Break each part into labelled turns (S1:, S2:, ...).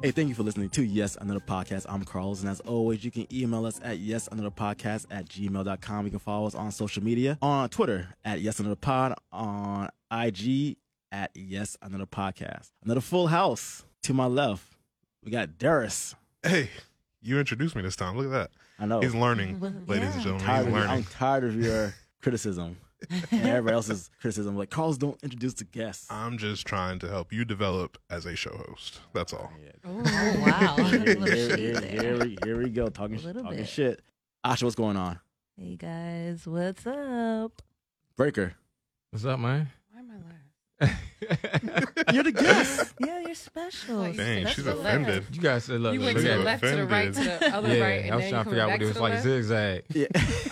S1: Hey, thank you for listening to Yes Another Podcast. I'm Carlos, and as always, you can email us at yesanotherpodcast at gmail.com. You can follow us on social media on Twitter at Yes Another Pod, on IG at Yes Another Podcast. Another full house to my left. We got Darius.
S2: Hey, you introduced me this time. Look at that.
S1: I
S3: Oh.
S1: know.
S2: He's learning,
S3: Mm-hmm.
S4: Mm-hmm.
S2: ladies and
S1: I'm
S2: gentlemen.
S1: tired
S2: He's
S1: of, I'm
S2: learning.
S1: tired of your criticism and everybody else's criticism. Like, Carlos, don't introduce the guests.
S2: I'm just trying to help you develop as a show host. That's all.
S1: Yeah.
S4: Oh, wow. A
S1: Here,
S4: little
S1: here,
S4: shade
S1: here,
S4: there.
S1: here we, here we go. Talking,
S4: A little
S1: talking
S4: bit.
S1: shit. Asha, what's going on?
S4: Hey guys, what's up?
S1: Breaker.
S5: What's up, man?
S3: Why am I last?
S1: You're the guest.
S4: Yeah, you're special.
S3: Oh, you
S2: Dang,
S3: That's
S2: she's
S3: the left.
S2: offended.
S5: you guys said, look,
S3: you
S5: look,
S3: went
S5: look
S3: to
S5: at
S3: the
S5: it.
S3: left, to the right, to the other
S5: yeah,
S3: right, and
S5: I was trying
S3: then you
S5: to
S3: come
S5: figure out
S3: back
S5: what it
S3: to
S5: was
S3: the
S5: like
S3: left.
S5: zigzag.
S1: yeah.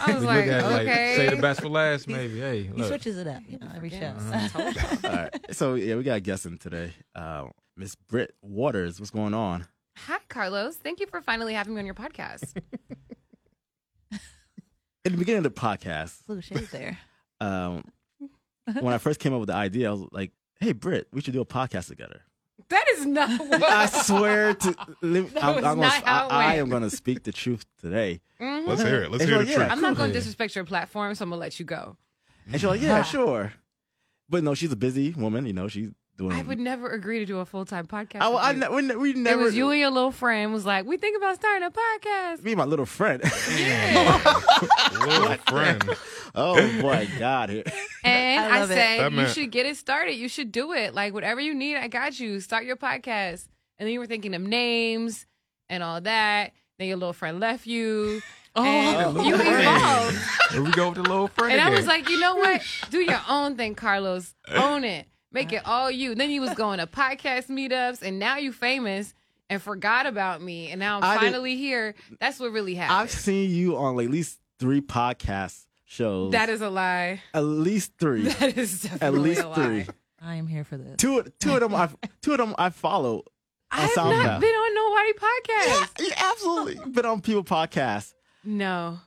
S3: I was
S5: You
S3: like,
S5: look at it like,
S3: okay.
S5: say the best for last,
S3: He's-
S5: maybe. Hey,
S4: He
S5: look.
S4: switches it up, you know, every show.
S3: Yes, I told y'all.
S1: All right. So yeah, we got a guest in today. Uh, Miss Britt Waters, what's going on?
S3: Hi, Carlos. Thank you for finally having me on your podcast.
S1: At the beginning of the podcast,
S4: Blue shade there.
S1: um, when I first came up with the idea, I was like, "Hey, Britt, we should do a podcast together."
S3: That is not what.
S1: I swear to, lim-
S3: That
S1: I'm,
S3: was
S1: I'm gonna,
S3: not how it
S1: I, I
S3: went.
S1: am going to speak the truth today.
S3: Mhm.
S2: Let's hear it. Let's
S1: It's
S2: hear
S1: like,
S2: the
S1: yeah,
S2: truth.
S3: I'm not
S5: Cool.
S3: going to disrespect your platform, so I'm going to let you go.
S1: And she's like, "Yeah,
S4: Ah.
S1: sure," but no, she's a busy woman. You know, she's doing.
S3: I
S5: Mm.
S3: would never agree to do a full time podcast.
S1: I,
S3: with
S1: I
S3: you.
S1: ne- we, ne- we never.
S3: It was you and your little friend was like, we think about starting a podcast.
S1: me, and my little friend.
S2: Little friend.
S1: oh boy, God! Here.
S3: And
S4: I
S3: I,
S4: love it.
S2: That
S3: said, you
S2: meant-
S3: should get it started. You should do it. Like, whatever you need, I got you. Start your podcast. And then you were thinking of names and all that. Then your little friend left you.
S1: Oh,
S3: and you
S5: friend.
S3: evolved.
S5: Here we go with the little friend.
S3: And I
S5: again.
S3: was like, you know what? Do your own thing, Carlos. Own it. Make it all you. Then you was going to podcast meetups, and now you famous and forgot about me. And now I'm
S1: I didn't-
S3: finally here. That's what really
S1: I've
S3: happened.
S1: seen you on like, at least three podcast shows.
S3: That is a lie.
S1: at least three.
S3: That is definitely
S1: at least
S3: a lie.
S1: three.
S4: I am here for this.
S1: Two, two of them. I two of them I follow.
S3: I have
S1: SoundCloud.
S3: not been on nobody podcast.
S1: You absolutely been on people podcasts.
S3: No,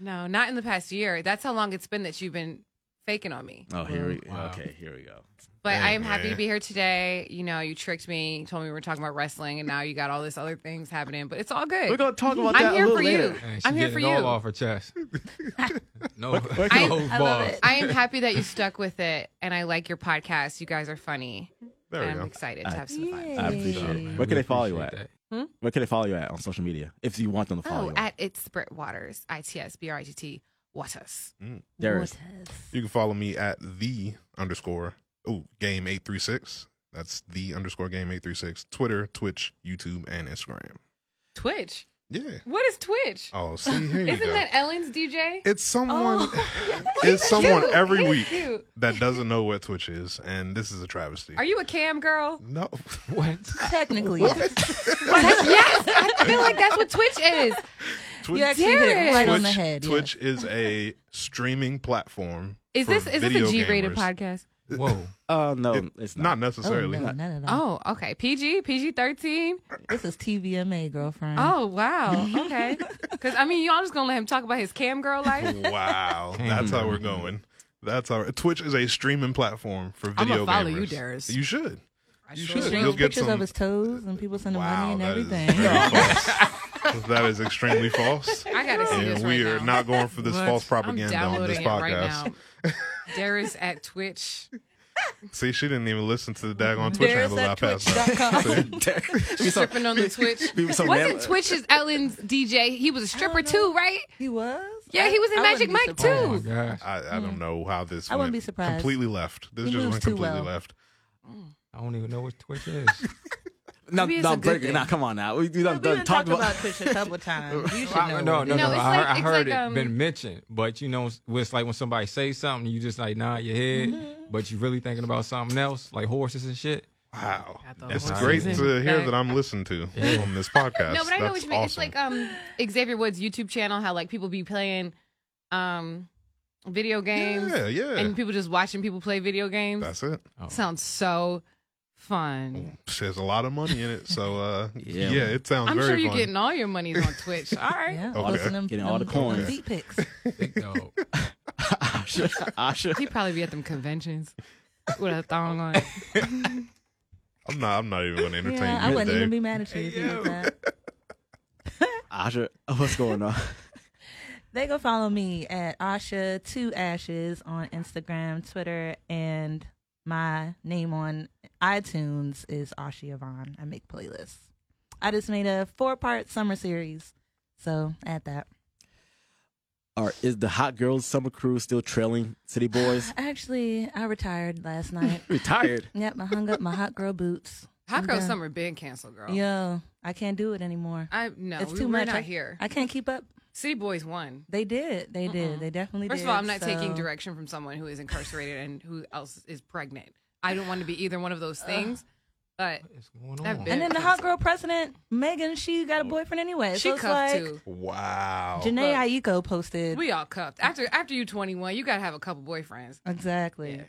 S3: no, not in the past year. That's how long it's been that you've been faking on me.
S1: Oh, here we
S5: Wow.
S1: okay. Here we go.
S3: But
S2: Dang,
S3: I am happy
S2: man.
S3: to be here today. You know, you tricked me, told me we were talking about wrestling, and now you got all this other things happening. But it's all good.
S1: We're gonna talk about
S3: I'm
S1: that
S3: here
S1: a little
S3: for
S1: later.
S3: you.
S5: Man, she
S3: I'm here
S5: getting it
S3: for you.
S5: all off her chest. no,
S1: Where
S3: I-
S1: can-
S5: no
S4: I love
S5: bars.
S4: it.
S3: I am happy that you stuck with it, and I like your podcast. You guys are funny.
S2: There
S3: and
S2: we
S3: I'm
S2: go.
S3: excited
S1: I-
S3: to have some fun.
S4: Yay.
S1: I appreciate
S2: Yeah,
S1: it.
S2: man,
S1: Where
S5: we
S1: can they follow you at?
S5: appreciate
S1: Where can they follow you at on social media if you want them to follow
S3: Oh,
S1: you?
S3: at it's Brit Waters, I T S B R I T T Waters.
S1: There
S4: What
S1: is.
S4: has-
S2: You can follow me at the underscore oh game eight three six. That's the underscore game eight three six. Twitter, Twitch, YouTube, and Instagram.
S3: Twitch.
S2: Yeah.
S3: What is Twitch?
S2: Oh, see here you
S3: Isn't
S2: go.
S3: that Ellen's DJ?
S2: it's someone.
S4: Oh.
S2: It's someone
S3: Cute.
S2: every
S3: He's
S2: week
S3: cute.
S2: that doesn't know what Twitch is, and this is a travesty.
S3: Are you a cam girl?
S2: no.
S5: that. What?
S4: Technically, yes.
S3: yes, I feel like that's what Twitch is.
S2: Twitch,
S4: you actually hit it
S3: Derek.
S4: right
S2: Twitch,
S4: on the head. yeah.
S2: Twitch is a streaming platform.
S3: Is
S2: for
S3: this is this
S2: video
S3: a G rated
S2: gamers.
S3: podcast?
S5: Whoa.
S1: Oh no,
S2: It-
S1: it's
S2: Not
S1: not.
S4: Oh, no,
S2: necessarily.
S4: not at all.
S3: Oh, okay. PG, PG thirteen.
S4: This is TVMA, girlfriend.
S3: Oh wow. Okay. Because I mean, y'all just gonna let him talk about his cam girl life.
S2: Wow, that's how we're going. That's how Twitch is a streaming platform for
S3: I'ma
S2: video
S3: follow you,
S2: gamers.
S3: Darius.
S2: You should. You
S4: He
S2: should. You'll
S4: streams
S2: get
S4: pictures
S2: some.
S4: of his toes, and people send him money
S2: wow,
S4: and
S2: that is
S4: everything.
S2: very false. that is extremely false.
S3: I gotta see this
S2: And
S3: right
S2: we
S3: now.
S2: are not going for this
S5: What?
S2: false
S3: I'm
S2: propaganda on this
S3: downloading it
S2: podcast.
S3: right now. Darius at Twitch.
S2: See, she didn't even listen to the daggone Twitch
S4: Darius
S2: handle that I
S4: at
S2: passed out.
S1: She's
S3: Stripping on the Twitch. Wasn't Twitch's Ellen's DJ? He was a stripper too, right?
S4: He was.
S3: Yeah, he was in
S4: I wouldn't
S3: Magic
S4: be
S3: Mike,
S4: surprised.
S5: Oh my
S3: Dude.
S5: gosh.
S2: I, I don't know how this.
S4: Hmm. I wouldn't
S2: went
S4: be surprised.
S2: Completely left. This
S4: He
S2: just
S4: moves
S2: went
S4: too
S2: completely
S4: well.
S2: left.
S5: I don't even know what Twitch is.
S1: No,
S3: Maybe it's
S1: no,
S3: a good
S1: break it.
S3: thing.
S1: Now, come on now. We, we
S4: We
S1: done, done
S4: done talked
S1: talked
S4: about Twitch a couple times. You should know.
S5: I- no,
S4: what it
S5: no,
S4: is.
S5: no.
S3: No, it's
S5: I heard,
S3: like-
S5: I
S3: it's
S5: heard
S3: like,
S5: it
S3: um,
S5: been mentioned, but you know, it's like when somebody says something, you just like nod your head,
S3: Mm-hmm.
S5: but you really thinking about something else, like horses and shit.
S2: Wow,
S3: I thought
S2: it's
S5: horses
S2: great
S5: and-
S2: to hear
S3: Okay.
S2: that I'm listened to on this podcast.
S3: No, but I know what
S2: That's
S3: you mean. It's
S2: awesome.
S3: like um Xavier Woods' YouTube channel, how like people be playing um video games
S2: yeah, yeah.
S3: and people just watching people play video games.
S2: That's it.
S5: Oh.
S3: Sounds so fun.
S2: There's a lot of money in it, so uh,
S1: Yeah.
S2: yeah. it sounds
S3: I'm
S2: very
S3: sure you're
S2: fun.
S3: getting all your monies on Twitch. All right.
S4: Yeah,
S2: Okay.
S4: posting them,
S1: Getting all the
S4: them-
S1: coins.
S4: them feet pics.
S5: Big dog.
S1: Asha, Asha.
S3: He'd probably be at them conventions with a thong on.
S2: I'm not. I'm not even going to entertain
S4: Yeah, I
S2: you
S4: wouldn't
S2: today.
S4: even be mad at you if you did that.
S1: Asha, what's going on?
S4: They go follow me at Asha Two Ashes on Instagram, Twitter, and my name on iTunes is Ashi Yvonne. I make playlists. I just made a four-part summer series, so add that.
S1: Or is the hot girls summer crew still trailing city boys?
S4: Actually, I retired last night.
S1: Retired.
S4: yep, I hung up my hot girl boots.
S3: Hot girl
S4: Okay.
S3: summer been canceled, girl.
S4: Yo, I can't do it anymore.
S3: I no,
S4: it's
S3: we,
S4: too
S3: we're
S4: much.
S3: not
S4: I,
S3: here.
S4: I can't keep up.
S3: City Boys won.
S4: They did. They
S3: Mm-mm.
S4: did. They definitely
S3: First
S4: did.
S3: of all, I'm not taking
S4: so-
S3: direction from someone who is incarcerated and who else is pregnant. I don't want to be either one of those things. But
S5: What's going
S3: That
S5: on?
S3: bitch.
S4: And then the hot girl president, Megan, she got a boyfriend anyway.
S3: she
S4: so it's
S3: cuffed
S4: like,
S3: too.
S1: Oh,
S2: Wow.
S4: Janae Aiko posted.
S3: We all cuffed. After after you 21, you gotta have a couple boyfriends.
S4: exactly.
S3: Yeah.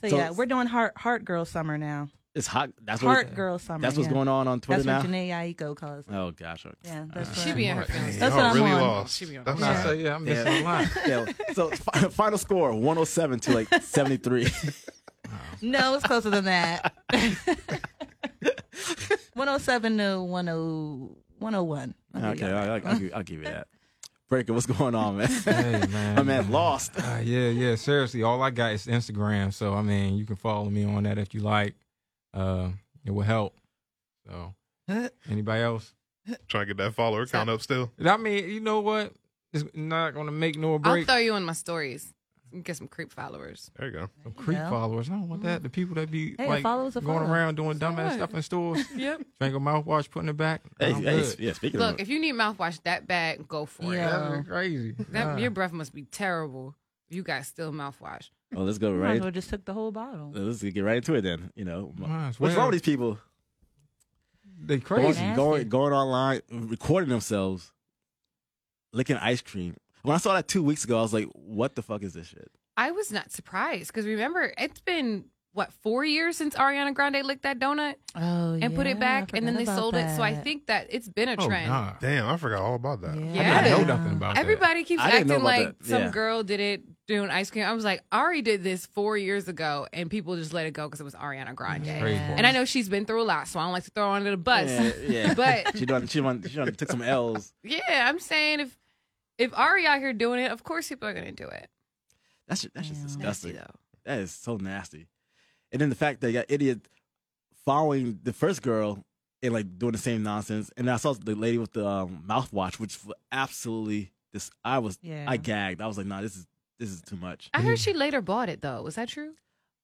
S4: So,
S1: So-
S4: yeah, we're doing heart heart girl summer now.
S1: It's hot. That's what.
S4: Heart girl summer.
S1: That's what's
S4: yeah.
S1: going on on Twitter
S4: That's
S1: now.
S4: what Janae Aiko calls. it.
S1: Oh gosh. okay.
S4: Yeah, that's
S1: Uh,
S4: what
S3: She be in her
S5: Right.
S3: feelings.
S2: Y'all
S4: That's what I'm
S2: really
S4: on.
S2: lost.
S3: She be on
S2: That's
S5: I'm not
S2: not-
S5: saying, yeah, I'm
S1: Yeah.
S5: missing a lot.
S1: yeah. So fi- final score 107 to like 73.
S4: No, it's closer than that. 107 to 10 101. I'll give
S1: okay,
S4: y'all that.
S1: I'll, I'll, give, I'll give you that. Breaker, what's going on, man?
S5: Hey, man.
S1: My man lost.
S5: Uh, yeah, yeah. Seriously, all I got is Instagram. So I mean, you can follow me on that if you like. Uh, it will help. So anybody else?
S2: Trying to get that follower count up still.
S5: I mean, you know what? It's not gonna make no
S3: I'll
S5: break.
S3: throw you in my stories. Get some creep followers.
S2: There you go.
S5: Some creep
S4: Yeah.
S5: followers. I don't want that. The people that be
S4: Hey, a
S5: like
S4: follower's a
S5: going
S4: follower.
S5: around doing dumb
S3: what?
S5: ass stuff in stores,
S3: Yep.
S5: drinking mouthwash, putting it back.
S1: Hey,
S5: I'm
S1: hey,
S5: good.
S1: yeah, speaking
S3: Look,
S1: of
S3: if you need mouthwash that bad, go
S4: Yeah.
S3: for it.
S5: That's crazy.
S3: That
S5: Nah.
S3: your breath must be terrible. You got still mouthwash.
S1: oh, let's go
S4: Might as
S1: right.
S4: well just took the whole bottle.
S1: Let's get right into it then. You know,
S5: Might as
S1: what's wrong
S5: well.
S1: with these people?
S5: They
S1: Going,
S5: crazy.
S4: Nasty.
S1: going, going online, recording themselves, licking ice cream. When I saw that two weeks ago, I was like, "What the fuck is this shit?"
S3: I was not surprised because remember, it's been what four years since Ariana Grande licked that donut
S4: Oh,
S3: and put it back, and then they sold it. So I think that it's been a
S5: Oh,
S3: trend.
S5: nah.
S2: Damn, I forgot all about that.
S3: Yeah.
S5: I didn't know nothing about that.
S3: Everybody keeps
S1: I didn't know
S3: acting
S1: about
S3: like
S1: that.
S3: some
S1: Yeah.
S3: girl did it doing ice cream. I was like, Ari did this four years ago, and people just let it go because it was Ariana Grande.
S5: That's crazy.
S3: And I know she's been through a lot, so I don't like to throw her under the bus.
S1: yeah, yeah.
S3: But
S1: she done, she done, she done took some L's.
S3: yeah, I'm saying if if Ari out here doing it, of course people are gonna do it.
S1: That's just, that's just
S4: Yeah.
S1: disgusting.
S3: Nasty, though.
S1: That is so nasty. And then the fact that you got idiot following the first girl and like doing the same nonsense. And I saw the lady with the um, mouthwash, which was absolutely this. I was,
S4: Yeah.
S1: I gagged. I was like, nah, this is this is too much.
S3: I heard she later bought it though. Was that true?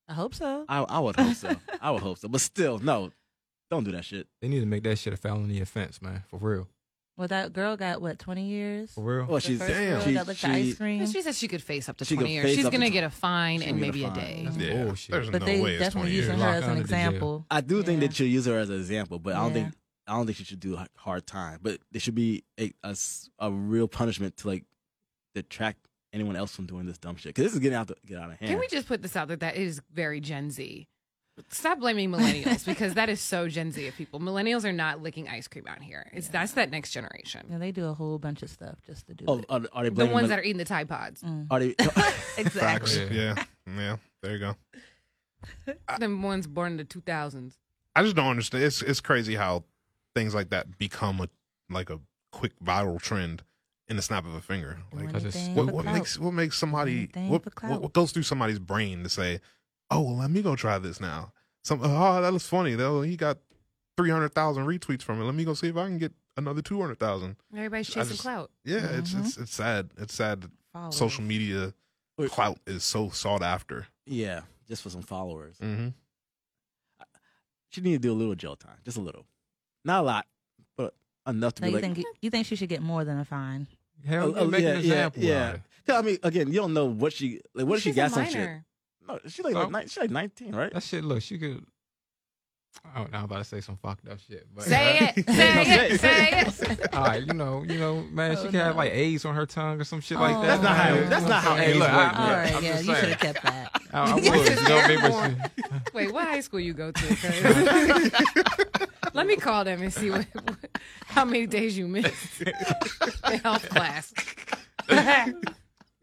S4: I hope so.
S1: I, I would hope so. I would hope so. But still, no, don't do that shit.
S5: They need to make that shit a felony offense, man. For real.
S4: Well, that girl got what twenty years.
S5: For real.
S1: Well,
S4: The
S1: Oh, she's
S4: first
S2: damn.
S4: girl
S1: She,
S4: that licked the
S1: she-
S4: ice cream.
S3: She said she could face up to
S1: She could
S3: 20 years.
S1: face
S3: She's
S1: up to 20
S3: going to get a fine
S1: She'll
S3: and
S1: get a
S3: maybe a,
S1: fine.
S3: day.
S5: That's
S2: Yeah,
S5: bullshit.
S2: there's
S4: but
S2: no
S4: they
S2: way it's
S4: definitely
S2: 20 years.
S4: using her
S5: Lock
S4: as an
S5: under the jail.
S4: example.
S1: I do think
S4: Yeah.
S1: that she'll use her as an example, but I don't
S4: Yeah.
S1: think I don't think she should do a hard time. But there should be a, a s- a real punishment to like detract anyone else from doing this dumb shit because this is getting out to get out of hand.
S3: Can we just put this out there? That is very Gen Z. Stop blaming millennials because that is so Gen Z of people. Millennials are not licking ice cream out here. It's that's that next generation.
S4: Yeah, they do a whole bunch of stuff just to do
S1: oh,
S4: it.
S1: are, are they
S3: The
S1: blaming
S3: ones
S1: mil-
S3: that are eating the Tide Pods.
S4: Mm.
S1: are they?
S2: Facts.
S4: exactly.
S5: Yeah.
S2: Yeah. Yeah. There you go.
S3: The ones born in the 2000s.
S2: I just don't understand. It's it's crazy how things like that become a like a quick viral trend in the snap of a finger. Like
S5: Because it's-
S4: Anything
S2: what,
S4: for
S2: what
S4: clout.
S2: makes what makes somebody
S4: Anything
S2: what,
S4: for clout.
S2: what what goes through somebody's brain to say, "Oh, well, let me go try this now." Some oh, that was funny though. He got three hundred thousand retweets from it. Let me go see if I can get another two hundred thousand.
S3: Everybody's
S2: I
S3: chasing
S2: just-
S3: clout.
S2: Yeah, it's
S4: Mm-hmm.
S2: it's it's sad. It's sad. that
S4: Followers.
S2: Social media
S1: Wait.
S2: clout is so sought after.
S1: yeah, just for some followers.
S3: Mm.
S2: Mm-hmm.
S1: She need to do a little jail time, just a little, not a lot, but enough to
S4: So
S1: be
S4: you
S1: like.
S4: think you think she should get more than a fine?
S5: Hell,
S1: Oh, oh,
S5: make
S1: yeah,
S5: an
S1: yeah,
S5: example.
S1: yeah.
S5: out of it.
S1: 'Cause I mean, again, you don't know what she like. What if she
S3: She's a
S1: got some shit?
S3: minor.
S1: No, she like,
S5: So?
S1: like she like nineteen, right?
S5: That shit, look, she could. I don't know. I'm about to say some fucked up shit, but
S3: Say it. Say
S1: Say
S3: it.
S1: it.
S3: Say it.
S5: all right, you know, you know, man, she
S4: Oh,
S5: could have
S4: no.
S5: like A's on her tongue or some shit
S4: Oh.
S5: like that.
S1: That's not how-
S5: man.
S1: that's not how
S5: Hey,
S1: A's
S5: look,
S1: work,
S5: I-
S1: Yeah,
S4: All
S1: man.
S5: I'm
S4: right, yeah,
S5: just
S4: you should
S5: saying.
S4: have kept that.
S5: I, I would, you know what I mean? But she-
S3: Wait, what high school you go to? 'Cause- Let me call them and see what, what- how many days you missed in health class.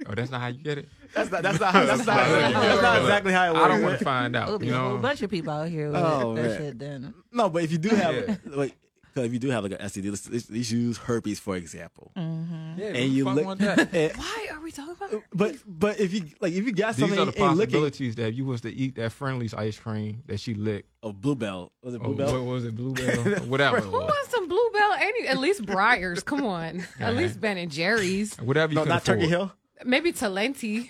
S5: Oh, that's not how you get it.
S1: That's not. That's not. That's not,
S2: That's not-
S1: that's not exactly how it works.
S5: I don't want to find
S4: It'll
S5: out.
S4: be
S5: You
S4: a whole
S5: know,
S4: bunch of people out here with
S1: Oh,
S4: that
S1: man.
S4: shit. Then
S1: No, but if you do have,
S5: Yeah.
S1: like, cause if you do have like an STD, let's, let's, let's use herpes for example.
S3: Mm-hmm.
S4: Mhm.
S5: yeah,
S1: And you
S5: fuck
S1: lick-
S5: want that.
S1: And-
S3: Why are we talking about herpes?
S1: but but if you like, if you got
S5: These
S1: something
S5: are the
S1: and and licking
S5: possibilities that if you was to eat that Friendly's ice cream that she licked.
S1: a Oh, bluebell, was it
S5: Or
S1: bluebell?
S5: what was it? Bluebell? whatever. it
S3: Who
S5: was.
S3: wants some Bluebell? Any, at least Briars. Come on. At
S1: Uh-huh.
S5: Yeah.
S3: least Ben and Jerry's.
S5: Whatever you
S1: no,
S5: can
S1: not
S5: afford.
S1: Turkey Hill.
S3: Maybe Talenti.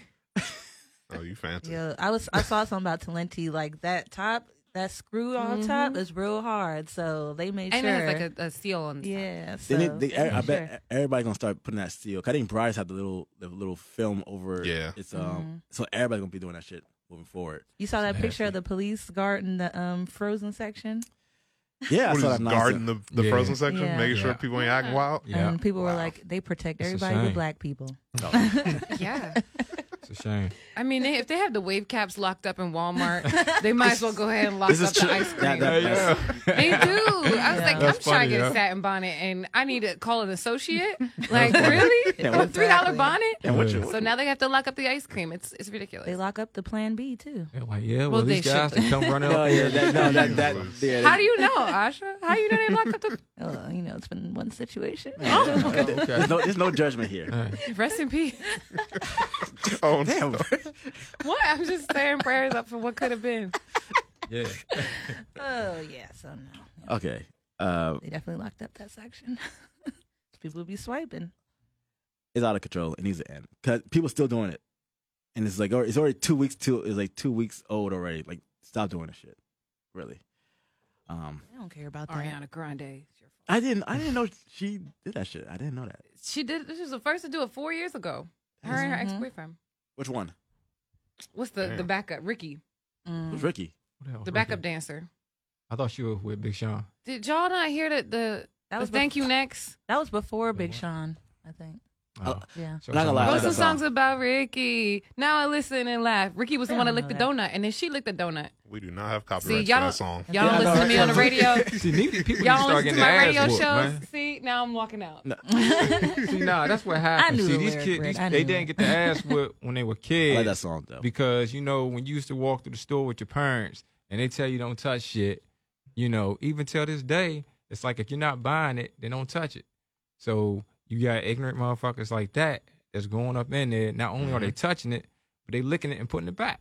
S2: Oh, you fancy.
S4: Yeah, I was I saw something about Talenti like that top that screw on top is real hard, so they made
S3: Mm-hmm. And
S4: sure.
S3: it has like a, a seal on the side.
S4: yeah, so
S1: They need- they-
S4: they
S1: I
S4: made
S1: bet
S4: sure.
S1: everybody's gonna start putting that seal. 'Cause I think Briars have the little the little film over.
S2: Yeah.
S1: It's um.
S3: Mm-hmm.
S1: So everybody's gonna be doing that shit moving forward.
S4: you saw that
S5: Nasty.
S4: picture of the police guard in the um frozen section,
S1: Yeah,
S2: What
S1: I
S2: is
S1: saw that
S2: this, guarding
S1: nonsense.
S2: the, the
S5: Yeah.
S2: frozen section,
S4: Yeah.
S2: making sure
S5: Yeah.
S2: people ain't acting wild.
S5: Yeah.
S4: and people were
S5: Wow.
S4: like, they protect
S5: It's a
S4: everybody but
S5: shame.
S4: black people.
S1: No.
S3: Yeah.
S5: It's a shame.
S3: I mean, they, if they have the wave caps locked up in Walmart, they might as well go ahead and lock
S1: This is
S3: up the
S1: true.
S3: ice
S1: That-
S3: cream.
S1: that- that's-
S3: They do. I was
S4: Yeah.
S3: like,
S5: That's
S3: I'm trying
S5: funny,
S3: to get
S5: yeah.
S3: a satin bonnet, and I need to call an associate. Like, really?
S1: Yeah,
S3: A
S1: what-
S3: three dollar bonnet?
S1: And what
S5: Yeah.
S1: you-
S3: So now they have to lock up the ice cream. It's it's ridiculous.
S4: They lock up the Plan B too.
S5: They're like, yeah, well,
S3: Well,
S5: these
S3: they
S5: guys,
S3: should.
S5: they come running
S1: No,
S5: up
S1: Oh, yeah,
S5: here.
S1: that, no, that, that, yeah,
S3: How do you know, Asha? How you know they locked up the?
S4: Oh, you know, it's been one situation.
S5: Oh, okay.
S1: There's no, there's no judgment here.
S5: All right.
S3: Rest in peace.
S2: Oh,
S1: Damn,
S2: no.
S1: bro.
S3: What? I'm just saying prayers up for what could have been.
S5: Yeah.
S4: oh yeah, so no,
S1: Okay. Uh,
S4: they definitely locked up that section. people be swiping.
S1: it's out of control. It needs to end. Cause people still doing it, and it's like, or it's already two weeks. Two, it's like two weeks old already. Like, stop doing this shit. Really. Um,
S4: I don't care about that.
S3: Ariana Grande. it's your fault.
S1: I didn't. I didn't know she did that shit. I didn't know that.
S3: She did. She was the first to do it four years ago. Her and her
S4: Mhm.
S3: ex boyfriend.
S1: Which one?
S3: What's the the
S5: Damn.
S3: backup? Ricky,
S1: It
S4: Mm.
S1: was Ricky.
S5: What else?
S3: the backup dancer.
S5: I thought she was with Big Sean.
S3: Did y'all not hear that the,
S4: That
S3: the
S4: was
S3: thank
S4: bef-
S3: you next?
S4: That was before
S5: The
S4: Big
S5: what?
S4: Sean, I think.
S1: Oh.
S4: Yeah.
S5: so
S1: Not gonna lie, I
S3: What's
S1: like
S3: the
S1: that song.
S3: songs about Ricky? Now I listen and laugh. Ricky was the
S4: I
S3: one that
S4: don't
S3: licked the
S4: know
S3: donut, and then she licked the donut.
S2: We do not have copyright for
S3: y'all don't-
S2: that song.
S3: Y'all
S1: Yeah, I
S3: don't listen
S1: know,
S3: to me on the
S1: right?
S3: radio.
S5: See, need, people need to
S3: Y'all don't
S5: start
S3: listen
S5: getting
S3: to my
S5: their ass
S3: radio
S5: whooped,
S3: shows.
S5: man.
S3: See, now I'm walking out.
S5: See, nah, that's what happened.
S4: knew
S5: See,
S4: the
S5: these
S4: lyric,
S5: kids,
S4: Rick.
S5: these,
S4: I
S5: they
S4: knew
S5: didn't
S4: it.
S5: get their ass whooped when they were
S1: I
S5: kids.
S1: like that song though.
S5: because you know when you used to walk through the store with your parents and they tell you don't touch shit you know even till this day it's like if you're not buying it then don't touch it so you got ignorant motherfuckers like that that's going up in there not only are
S4: Mm-hmm.
S5: they touching it but they licking it and putting it back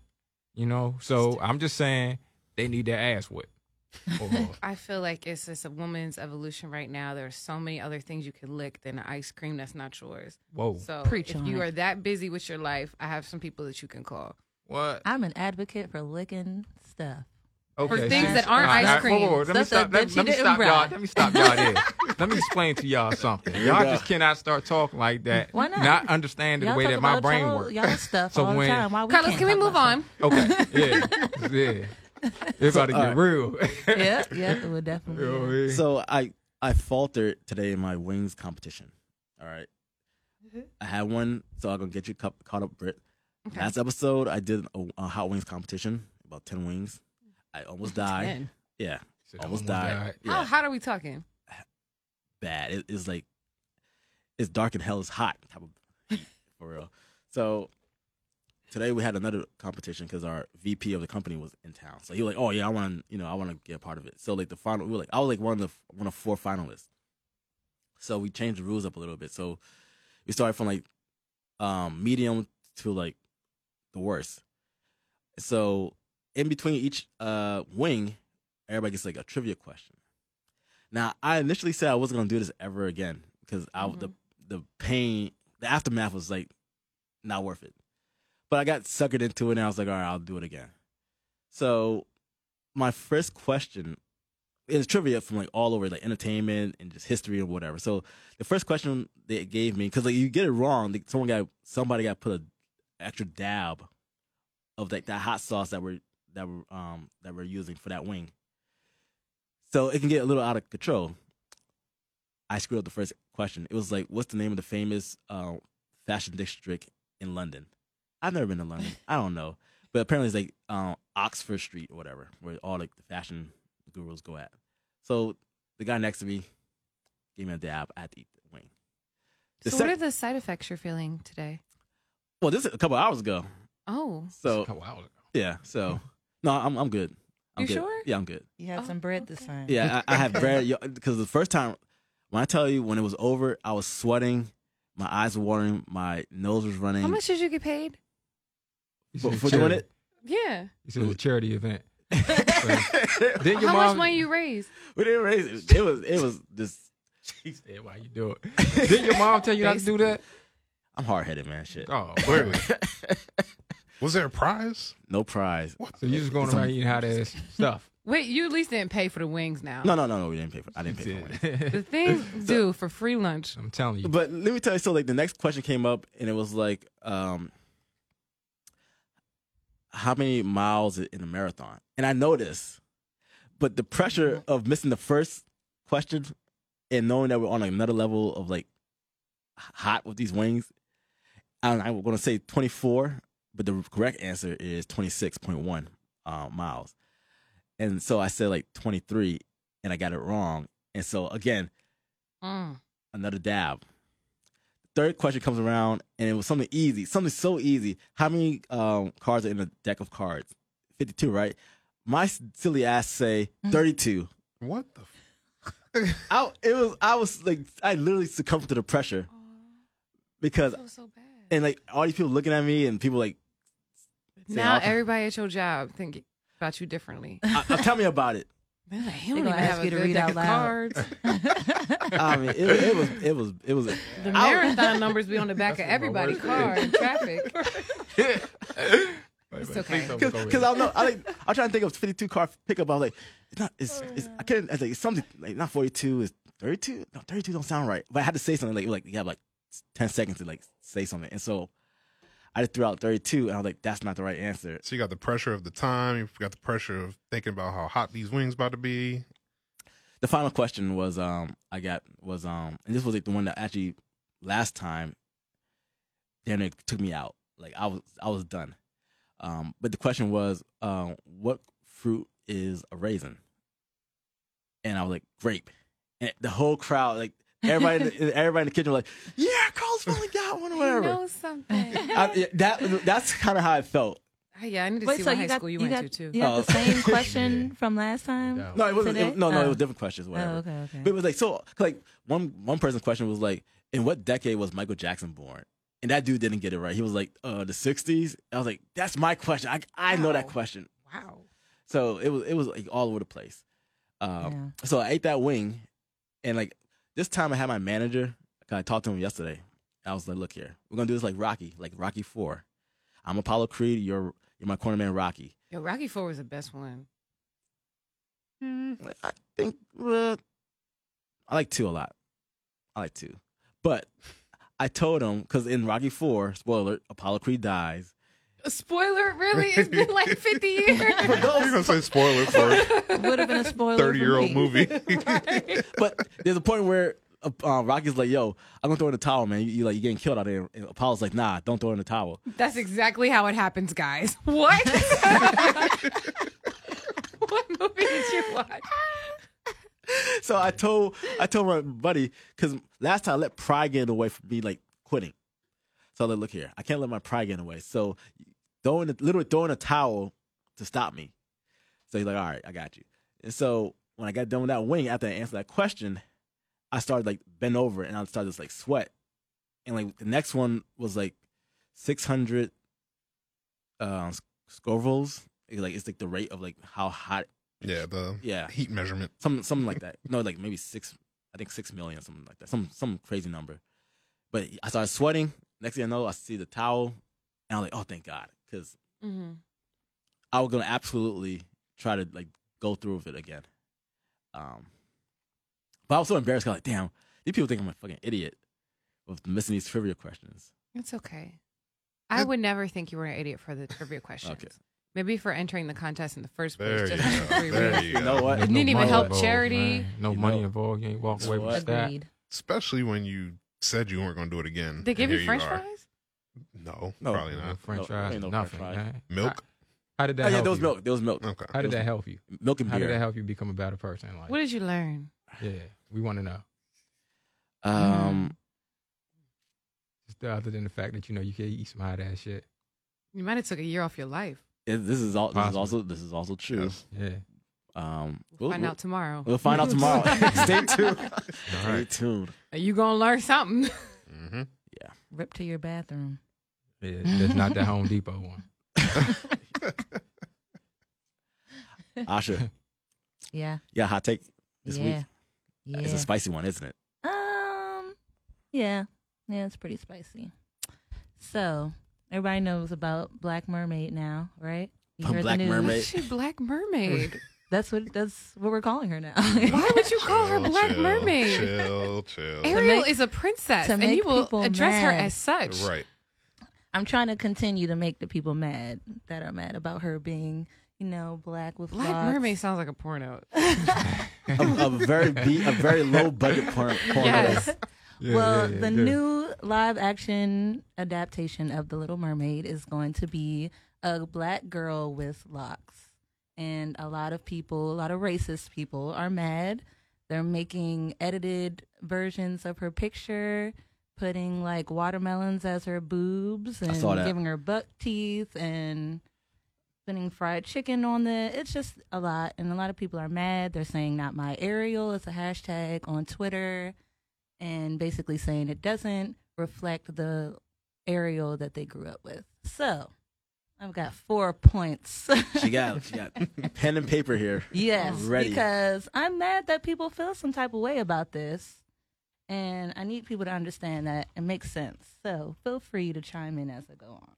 S5: you know so i'm just saying they need their ass whipped Or-
S3: I feel like it's just a woman's evolution right now. There are so many other things you could lick than ice cream that's not yours.
S5: whoa
S3: So
S4: Preach
S3: if
S4: on
S3: you
S4: it.
S3: are that busy with your life, I have some people that you can call.
S5: what
S4: I'm an advocate for licking stuff.
S5: Okay,
S3: For things
S5: see-
S3: that aren't
S5: All
S3: ice
S5: all whoa, whoa, whoa, Let
S3: cream.
S5: me
S4: Stuff
S5: stop.
S4: that-
S5: Let,
S4: that
S5: let me
S4: you
S5: stop
S4: didn't
S5: y'all.
S4: write.
S5: Let me stop y'all there. Let me explain to y'all something.
S1: you
S5: Y'all
S1: go.
S5: just cannot start talking like that.
S4: Why not?
S5: understanding the way
S4: talk
S5: that my
S4: about
S5: brain
S4: y'all,
S5: works.
S4: Y'all stuff
S5: So
S4: all
S5: when-
S4: the time. Why we
S3: Carlos,
S4: can't
S3: can we
S4: talk
S3: move
S4: about
S3: on?
S5: Okay. Yeah. Yeah. It's about to
S1: all right.
S5: get real.
S4: stuff? yeah, yeah, it would definitely.
S5: You know what I mean?
S1: So I I faltered today in my wings competition. All right. I had one, so I'm gonna get you cup, caught up, Brit.
S3: Okay.
S1: Last episode, I did a, a hot wings competition, about ten wings. I almost died.
S3: Man,
S1: Yeah,
S5: So
S1: almost died.
S3: How
S1: Yeah,
S3: hot are we talking?
S1: bad. It, it's like it's dark and hell is hot type of heat, for real. So today we had another competition because our VP of the company was in town. So he was like, "Oh yeah, I want to, you know, I want to get a part of it." So like the final, we were like, I was like one of the one of four finalists. So we changed the rules up a little bit. So we started from like um medium to like the worst. So in between each uh wing, everybody gets like a trivia question. Now I initially said I wasn't gonna do this ever again because I the the pain, the aftermath was like not worth it. But I got suckered into it and I was like, all right, I'll do it again. So my first question is trivia from like all over, like entertainment and just history and whatever. So the first question they gave me, because like you get it wrong, like someone got somebody got put an extra dab of like that hot sauce that we're that we're um that we're using for that wing. So it can get a little out of control. I screwed up the first question. It was like, what's the name of the famous uh, fashion district in London? I've never been to London. I don't know. But apparently it's like um, Oxford Street or whatever, where all like the fashion gurus go at. So the guy next to me gave me a dab. I had to eat the wing. The
S3: so
S1: sec-
S3: what are the side effects you're feeling today?
S1: Well, this is a couple hours ago.
S3: Oh,
S1: So
S5: Oh, wow.
S1: yeah, so no, I'm I'm good. I'm
S3: You
S1: good.
S3: sure?
S1: Yeah, I'm good.
S4: You had
S3: Oh,
S4: some bread this
S3: okay.
S4: time.
S1: Yeah, I, I have very because the first time when I tell you when it was over, I was sweating, my eyes were watering, my nose was running.
S3: how much did you get paid?
S5: You
S1: for,
S5: said
S1: for doing
S5: charity.
S1: it?
S3: Yeah.
S5: This is a charity event.
S1: we
S5: Did your
S3: how much
S5: mom?
S3: money you raised?
S1: didn't raise it. It was it was just
S5: She said, "Why you do it?" Did your mom tell you not to do that?
S1: I'm hard headed man. Shit.
S5: Oh,
S2: Wait, Was there a prize?
S1: No prize.
S5: so you just going
S1: Some-
S5: around eating hot ass stuff?
S3: Wait, you at least didn't pay for the wings now.
S1: No, no, no, no. We didn't pay for. I didn't pay for one.
S3: The things do for free lunch.
S5: I'm telling you.
S1: But let me tell you, so like the next question came up, and it was like, um, how many miles in a marathon? And I know this, but the pressure of missing the first question and knowing that we're on another level of like hot with these wings, and I'm going to say 24, but the correct answer is 26.1 uh, miles. And so I said like 23, and I got it wrong. And so again,
S3: Mm.
S1: another dab. Third question comes around, and it was something easy, something so easy. How many um, cards are in a deck of cards? Fifty-two, right? My silly ass say thirty-two.
S2: What the? F-
S1: I it was I was like I literally succumbed to the pressure because
S3: Feels Oh, so bad.
S1: and like all these people looking at me and people like saying
S3: Now
S1: all-
S3: everybody at your job think about you differently.
S1: I- I- tell me about it.
S3: They're like, he
S4: They
S3: don't
S4: gonna
S3: even
S4: ask
S3: have a
S4: you to
S3: good
S4: read
S3: deck
S4: out
S3: of
S4: loud.
S3: cards.
S1: I mean, it, it was it was it was.
S3: The
S1: I-
S3: marathon numbers be on the back of
S5: That's what my worst
S3: everybody's car
S5: is.
S3: in traffic.
S5: Wait, wait,
S3: okay.
S5: please don't go
S1: Because
S5: there.
S1: I don't know, I like I'm trying to think of 52 car pickup. I was like, it's not, it's, it's I couldn't. I was like, it's something like not 42, it's 32. No, 32 don't sound right. But I had to say something like, like you have like 10 seconds to like say something, and so I just threw out 32, and I was like, that's not the right answer.
S2: So you got the pressure of the time. You got the pressure of thinking about how hot these wings about to be.
S1: The final question was, um, I got was, um, and this was like the one that actually last time, then it took me out. Like I was, I was done. Um, but the question was, um, what fruit is a raisin? And I was like, grape. And the whole crowd, like everybody, in the, everybody in the kitchen, was like, yeah, Carl's finally got one or
S3: You
S1: whatever.
S3: know something.
S1: I, yeah, that that's kind of how I felt.
S3: Oh, yeah, I need to
S4: Wait,
S3: see
S4: so
S3: what
S4: you
S3: high
S4: got
S3: school you,
S4: you
S3: went
S4: got,
S3: to too.
S4: You got the
S1: Oh.
S4: same question from last time.
S5: No.
S1: No, it wasn't.
S4: Today?
S1: It, no, no, it
S4: Oh.
S1: was different questions.
S4: Oh,
S1: Whatever.
S4: okay, okay.
S1: But it was like so like one one person's question was like, in what decade was Michael Jackson born? And that dude didn't get it right. He was like, uh, the sixties. I was like, that's my question. I I know that
S3: Wow.
S1: question.
S3: Wow.
S1: So it was it was like all over the place. Um,
S4: Yeah.
S1: so I ate that wing, and like this time I had my manager. 'cause I talked to him yesterday. I was like, look here, we're gonna do this like Rocky, like Rocky Four. I'm Apollo Creed. You're you're my corner man, Rocky.
S3: Yo, Rocky Four was the best one.
S1: I think uh, I like two a lot. I like two, but I told him because in Rocky Four, spoiler, Apollo Creed dies.
S3: A spoiler, really? It's been like 50 years.
S2: You're gonna say spoiler for
S4: Would have been a spoiler.
S2: a
S4: for
S2: 30 year old
S4: me.
S2: movie.
S1: But there's a point where uh, uh, Rocky's like, "Yo, I'm gonna throw in the towel, man. You, you like you getting killed out there." And Apollo's like, "Nah, don't throw in the towel."
S3: That's exactly how it happens, guys. What? what movie did you watch?
S1: So I told I told my buddy because last time I let pride get in the way for me like quitting. So I like, look here, I can't let my pride get in the way. So throwing the, literally throwing a towel to stop me. So he's like, all right, I got you. And so when I got done with that wing after I answered that question, I started like bend over and I started just like sweat. And like the next one was like six hundred um sc- Scovilles. It's, Like it's like the rate of like how hot
S2: yeah, the
S1: yeah
S2: heat measurement.
S1: something something like that. No, like maybe six. I think six million, something like that. Some some crazy number. But I started sweating. Next thing I know, I see the towel, and I'm like, oh, thank God, because
S3: Mm-hmm.
S1: I was gonna absolutely try to like go through with it again. Um, but I was so embarrassed. 'cause I'm like, damn, these people think I'm a fucking idiot with missing these trivia questions.
S3: It's okay. I
S2: It-
S3: would never think you were an idiot for the trivia questions. Maybe for entering the contest in the first
S2: There
S3: place.
S2: you
S3: Just for
S2: go.
S3: three
S2: There
S3: reasons.
S2: you
S1: You know
S2: go.
S1: what?
S3: It didn't even
S5: money
S3: help
S5: involved,
S3: charity.
S5: man. No
S1: You
S5: money
S1: know.
S5: involved. You ain't walk
S1: That's
S5: away
S1: what-
S5: with that.
S4: Agreed.
S2: Especially when you said you weren't gonna do it again.
S3: They give
S2: and
S3: you
S2: here
S3: French
S2: are.
S3: fries?
S2: No,
S1: No.
S2: probably not.
S5: French
S1: No,
S5: fries,
S1: ain't no
S5: nothing.
S1: french fries.
S5: man.
S2: Milk.
S5: How did
S1: Oh
S5: that?
S1: yeah,
S5: help
S1: there was
S5: you?
S1: milk. There was
S3: Uh-huh.
S1: milk.
S2: Okay.
S5: How did that help you?
S1: Milk and
S5: How did that
S1: beer.
S5: help you become a better person? in life?
S3: What did you learn?
S5: yeah, we want to know.
S1: Um,
S5: Just other than the fact that you know you can eat some hot ass shit.
S3: You might have took a year off your life.
S1: It- this is all. This is
S5: Possibly.
S1: also. This is also true.
S2: Yes.
S5: Yeah.
S1: Um,
S3: We'll find out tomorrow.
S1: We'll find out tomorrow. Stay tuned.
S2: All
S1: Stay
S2: right.
S1: tuned.
S3: Are you gonna learn something?
S2: Mm-hmm.
S4: Rip to your bathroom.
S5: yeah that's not that Home Depot one.
S1: Asha,
S4: Yeah.
S1: yeah, hot take this
S4: yeah.
S1: week.
S4: Yeah.
S1: It's a spicy one, isn't it?
S4: Um, yeah, yeah, it's pretty spicy. So everybody knows about Black Mermaid now, right? You heard the
S1: Black
S4: news.
S3: Why
S1: Mermaid.
S3: is she Black Mermaid?
S4: That's what that's what we're calling her now.
S3: Why would you call her
S2: Chill,
S3: Black
S2: chill,
S3: Mermaid?
S2: Chill, chill.
S3: Ariel
S4: make-
S3: is a princess,
S4: to
S3: and
S4: make
S3: you will
S4: people
S3: address her
S4: mad.
S3: as such.
S2: right.
S4: I'm trying to continue to make the people mad that are mad about her being, you know, black with
S3: Black
S4: locks.
S3: Mermaid sounds like a porno.
S1: A, a very be, a very low budget porn. porn
S3: Yes.
S5: Yeah,
S4: well,
S5: yeah, yeah,
S4: the
S5: yeah.
S4: new live action adaptation of The Little Mermaid is going to be a black girl with locks. And a lot of people, a lot of racist people are mad. They're making edited versions of her picture, putting like watermelons as her boobs and
S1: saw that.
S4: giving her buck teeth and putting fried chicken on the it's just a lot and a lot of people are mad they're saying not my ariel it's a hashtag on twitter and basically saying it doesn't reflect the Ariel that they grew up with. So I've got four points.
S1: She got she got pen and paper here.
S4: yes,
S1: Ready.
S4: because I'm mad that people feel some type of way about this. And I need people to understand that it makes sense. So feel free to chime in as I go on.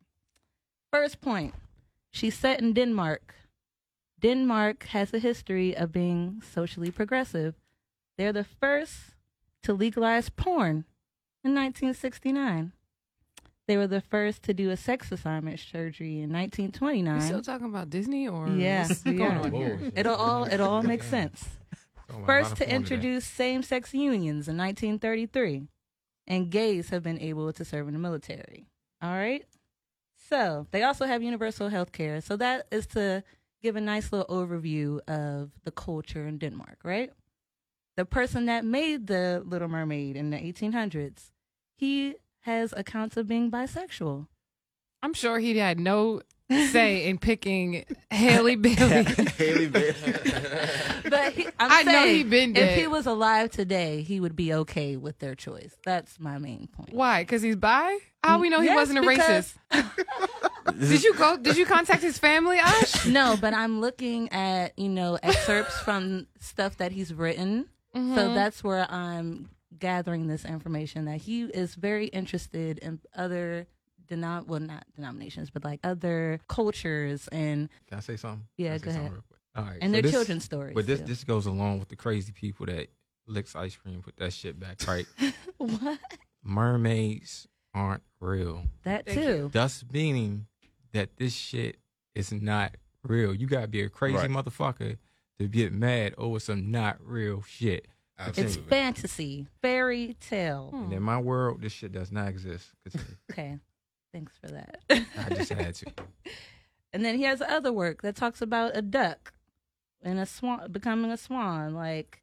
S4: First point she's set in Denmark. Denmark has a history of being socially progressive. They're the first to legalize porn in 1969. They were the first to do a sex assignment surgery in
S3: You
S4: 1929.
S3: still talking about Disney or
S4: Yeah,
S3: what's
S4: we
S3: going
S4: are.
S3: on here?
S5: Bullshit.
S4: It'll all it'll all make sense.
S5: Oh, my,
S4: First
S5: a lot of
S4: to
S5: porn today.
S4: introduce same-sex unions in 1933, and gays have been able to serve in the military. All right. So they also have universal health care. So that is to give a nice little overview of the culture in Denmark, right? The person that made the Little Mermaid in the 1800s, he has accounts of being bisexual.
S3: I'm sure he had no say in picking Haley Bailey.
S1: Haley Bailey.
S4: But he, I'm
S3: I know
S4: saying,
S3: he been
S4: If
S3: dead.
S4: he was alive today, he would be okay with their choice. That's my main point.
S3: Why? Because he's bi. How we know he
S4: Yes,
S3: wasn't a
S4: because-
S3: racist? Did you go? Did you contact his family, Ash?
S4: No, but I'm looking at, you know, excerpts from stuff that he's written. So
S5: Mm-hmm.
S4: that's where I'm gathering this information that he is very interested in other denom well not denominations, but like other cultures and
S5: Can I say something?
S4: Yeah,
S5: Can I say
S4: go
S5: something
S4: ahead.
S5: real quick? All right.
S4: and
S5: so
S4: their
S5: this-
S4: children's stories.
S5: But this
S4: too.
S5: this goes along with the crazy people that licks ice cream, put that shit back, right?
S4: what?
S5: Mermaids aren't real.
S4: That
S3: Thank you.
S4: too.
S5: Thus meaning that this shit is not real. You gotta be a crazy
S2: Right.
S5: motherfucker to get mad over some not real shit.
S4: It's
S2: Absolutely.
S4: fantasy, fairy tale.
S3: Hmm.
S5: And in my world, this shit does not exist. Continue.
S4: Okay. Thanks for that.
S5: Hmm. I just had to.
S4: And then he has other work that talks about a duck and a swan becoming a swan. Like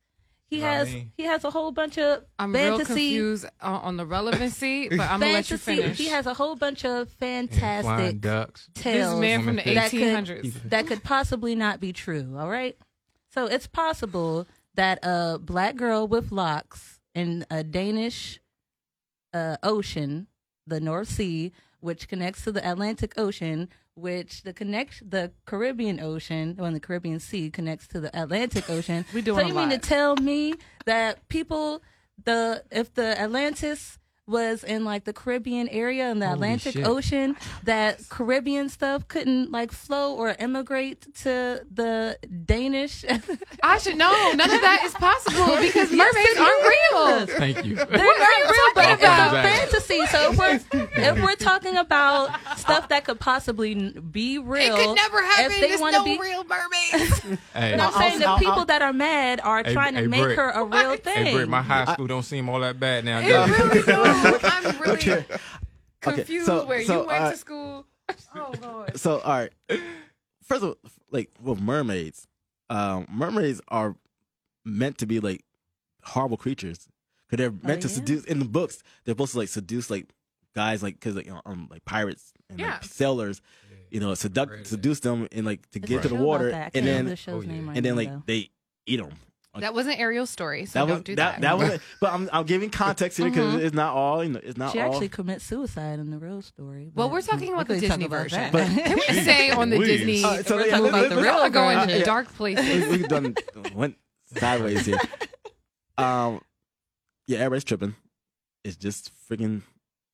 S4: he
S5: You know what I
S4: has
S5: mean?
S4: he has a whole bunch of
S3: I'm real
S4: fantasy
S3: confused on, on the relevancy, but I'm gonna let you
S4: fantasy.
S3: finish.
S4: He has a whole bunch of
S5: And Flying
S4: fantastic
S5: ducks.
S3: this is
S4: tales
S3: man from the
S5: That
S4: could-
S3: 1800s.
S4: that could possibly not be true. All right, so it's possible that a black girl with locks in a Danish uh, ocean, the North Sea, which connects to the Atlantic Ocean, which the connect the Caribbean Ocean, when the Caribbean Sea connects to the Atlantic Ocean.
S3: We doing
S4: so
S3: a
S4: you mean to
S3: lot.
S4: tell me that people the if the Atlantis was in like the Caribbean area in the
S5: Holy
S4: Atlantic
S5: shit.
S4: Ocean that Caribbean stuff couldn't like flow or immigrate to the Danish
S3: I should know. None of that is possible because mermaids aren't real.
S5: Thank you.
S4: They're not real, but
S3: talking
S4: it's a
S3: about?
S4: fantasy. So if we're, if we're talking about stuff that could possibly n- be real,
S3: It could never happen.
S4: If they
S3: There's
S4: want to
S3: no
S4: be,
S3: real mermaids.
S5: Hey,
S4: but I'm saying the
S1: I'll-
S4: people that are mad are
S5: Hey,
S4: trying to
S5: hey,
S4: make
S5: Brit.
S4: her a real thing.
S5: hey, Britt, my high school don't seem all that bad now.
S3: It
S5: does it?
S3: really don't. I'm really confused
S1: so-
S3: where
S1: so,
S3: you went
S1: uh,
S3: to school. Oh Lord.
S1: so all right. First of all, like with mermaids, um, mermaids are meant to be like horrible creatures because they're meant to
S4: Oh, yeah.
S1: seduce. In the books, they're supposed to like seduce like guys like because like you know, um, like pirates and
S3: Yeah.
S1: like, sailors, you know,
S5: Right.
S1: seduct seduce them and like to
S4: There's
S1: get
S4: a
S1: to the
S4: show about
S1: water
S4: that. I can't
S1: and
S4: remember
S1: then
S4: the show's
S5: Oh, yeah.
S4: name right
S1: and then
S4: now,
S1: like
S4: though.
S1: they eat them.
S3: That wasn't Ariel's story, so
S1: that was
S3: don't do
S1: that.
S3: that.
S1: That was. it. But I'm I'm giving context here because
S3: Mhm.
S1: it's not all. You know, it's not
S4: Uh-huh. she
S1: all.
S4: actually commits suicide in the real story.
S3: well,
S4: but
S3: we're talking
S4: we
S3: about the
S4: could
S3: Disney
S4: talk about
S3: version.
S4: that.
S1: But-
S3: Can we say on the
S2: Jeez.
S3: Disney?
S1: Uh, so
S3: we're
S1: yeah,
S3: talking
S1: let-
S3: about the
S1: let-
S3: real.
S1: let-
S3: We're going
S1: uh, yeah.
S3: to dark places.
S1: we, we done went sideways here. Um, yeah, everybody's tripping. It's just freaking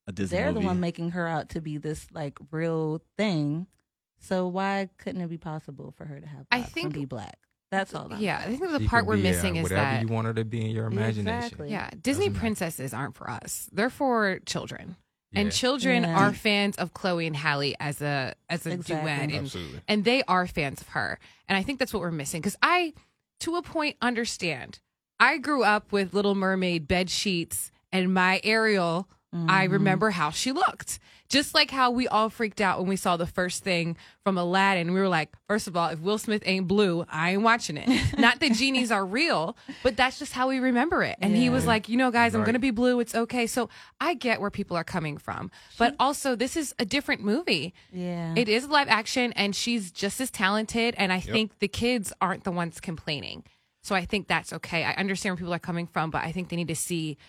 S1: a Disney
S4: they're
S1: movie.
S4: the one making her out to be this like real thing. So why couldn't it be possible for her to have?
S3: I
S4: locks and
S3: think-
S4: be black. That's all. I'm
S3: Yeah, I think the
S5: She
S3: part
S5: can
S3: we're
S5: be, uh,
S3: missing is
S5: whatever
S3: that
S5: you want her to be in your imagination.
S4: Exactly.
S3: yeah, Disney
S5: Doesn't matter.
S3: princesses aren't for us. They're for children,
S5: Yeah.
S3: and children
S4: Yeah.
S3: are fans of Chloe and Halle as a as a
S4: Exactly.
S3: duet, and
S2: Absolutely.
S3: and they are fans of her. And I think that's what we're missing because I, to a point, understand. I grew up with Little Mermaid bed sheets, and my Ariel, I
S4: Mhm.
S3: remember how she looked. Just like how we all freaked out when we saw the first thing from Aladdin. We were like, first of all, if Will Smith ain't blue, I ain't watching it. Not that genies are real, but that's just how we remember it. And he was
S4: Yeah.
S3: like, you know, guys, I'm
S5: Right.
S3: going to be blue. It's okay. So I get where people are coming from. But also, this is a different movie.
S4: Yeah.
S3: It is live action, and she's just as talented. And I
S2: Yep.
S3: think the kids aren't the ones complaining. So I think that's okay. I understand where people are coming from, but I think they need to see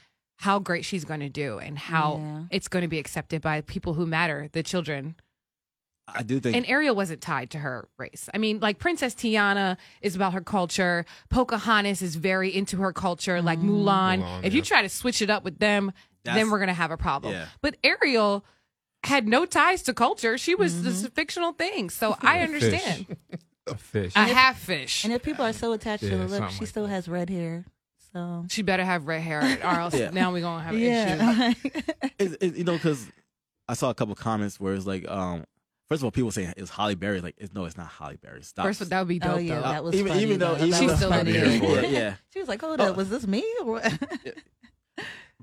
S3: how great she's going to do and how
S4: Yeah.
S3: it's going to be accepted by people who matter, the children.
S1: I do think.
S3: And Ariel wasn't tied to her race. I mean, like Princess Tiana is about her culture. Pocahontas is very into her culture, like
S4: Mm.
S3: Mulan.
S2: Mulan,
S3: if
S2: yeah.
S3: you try to switch it up with them,
S1: That's-
S3: then we're going to have a problem.
S1: Yeah.
S3: But Ariel had no ties to culture. She was this
S4: Mm-hmm.
S3: fictional thing. So I understand.
S5: A fish.
S3: A half fish.
S4: And if people are so attached to
S5: Yeah,
S4: the look,
S5: something
S4: she
S5: like
S4: still
S5: that.
S4: has red hair. So
S3: She better have red hair, or else
S1: Yeah.
S3: now we're going to have an issue.
S4: Uh-huh.
S1: it's, it's, you know, because I saw a couple comments where it's like, um, first of all, people saying it's Holly Berry. Like, it's, no, it's not Holly Berry. Stop.
S3: First, that would be dope,
S4: oh yeah,
S3: though.
S4: that was
S1: even,
S4: funny,
S1: even though,
S4: though.
S1: even
S4: That
S3: She's
S1: though-
S4: was
S3: still in
S4: funny.
S3: it.
S2: here for
S1: Yeah,
S2: it.
S1: yeah.
S4: She was like, "Hold up,
S1: Oh.
S4: was this me?" Or what?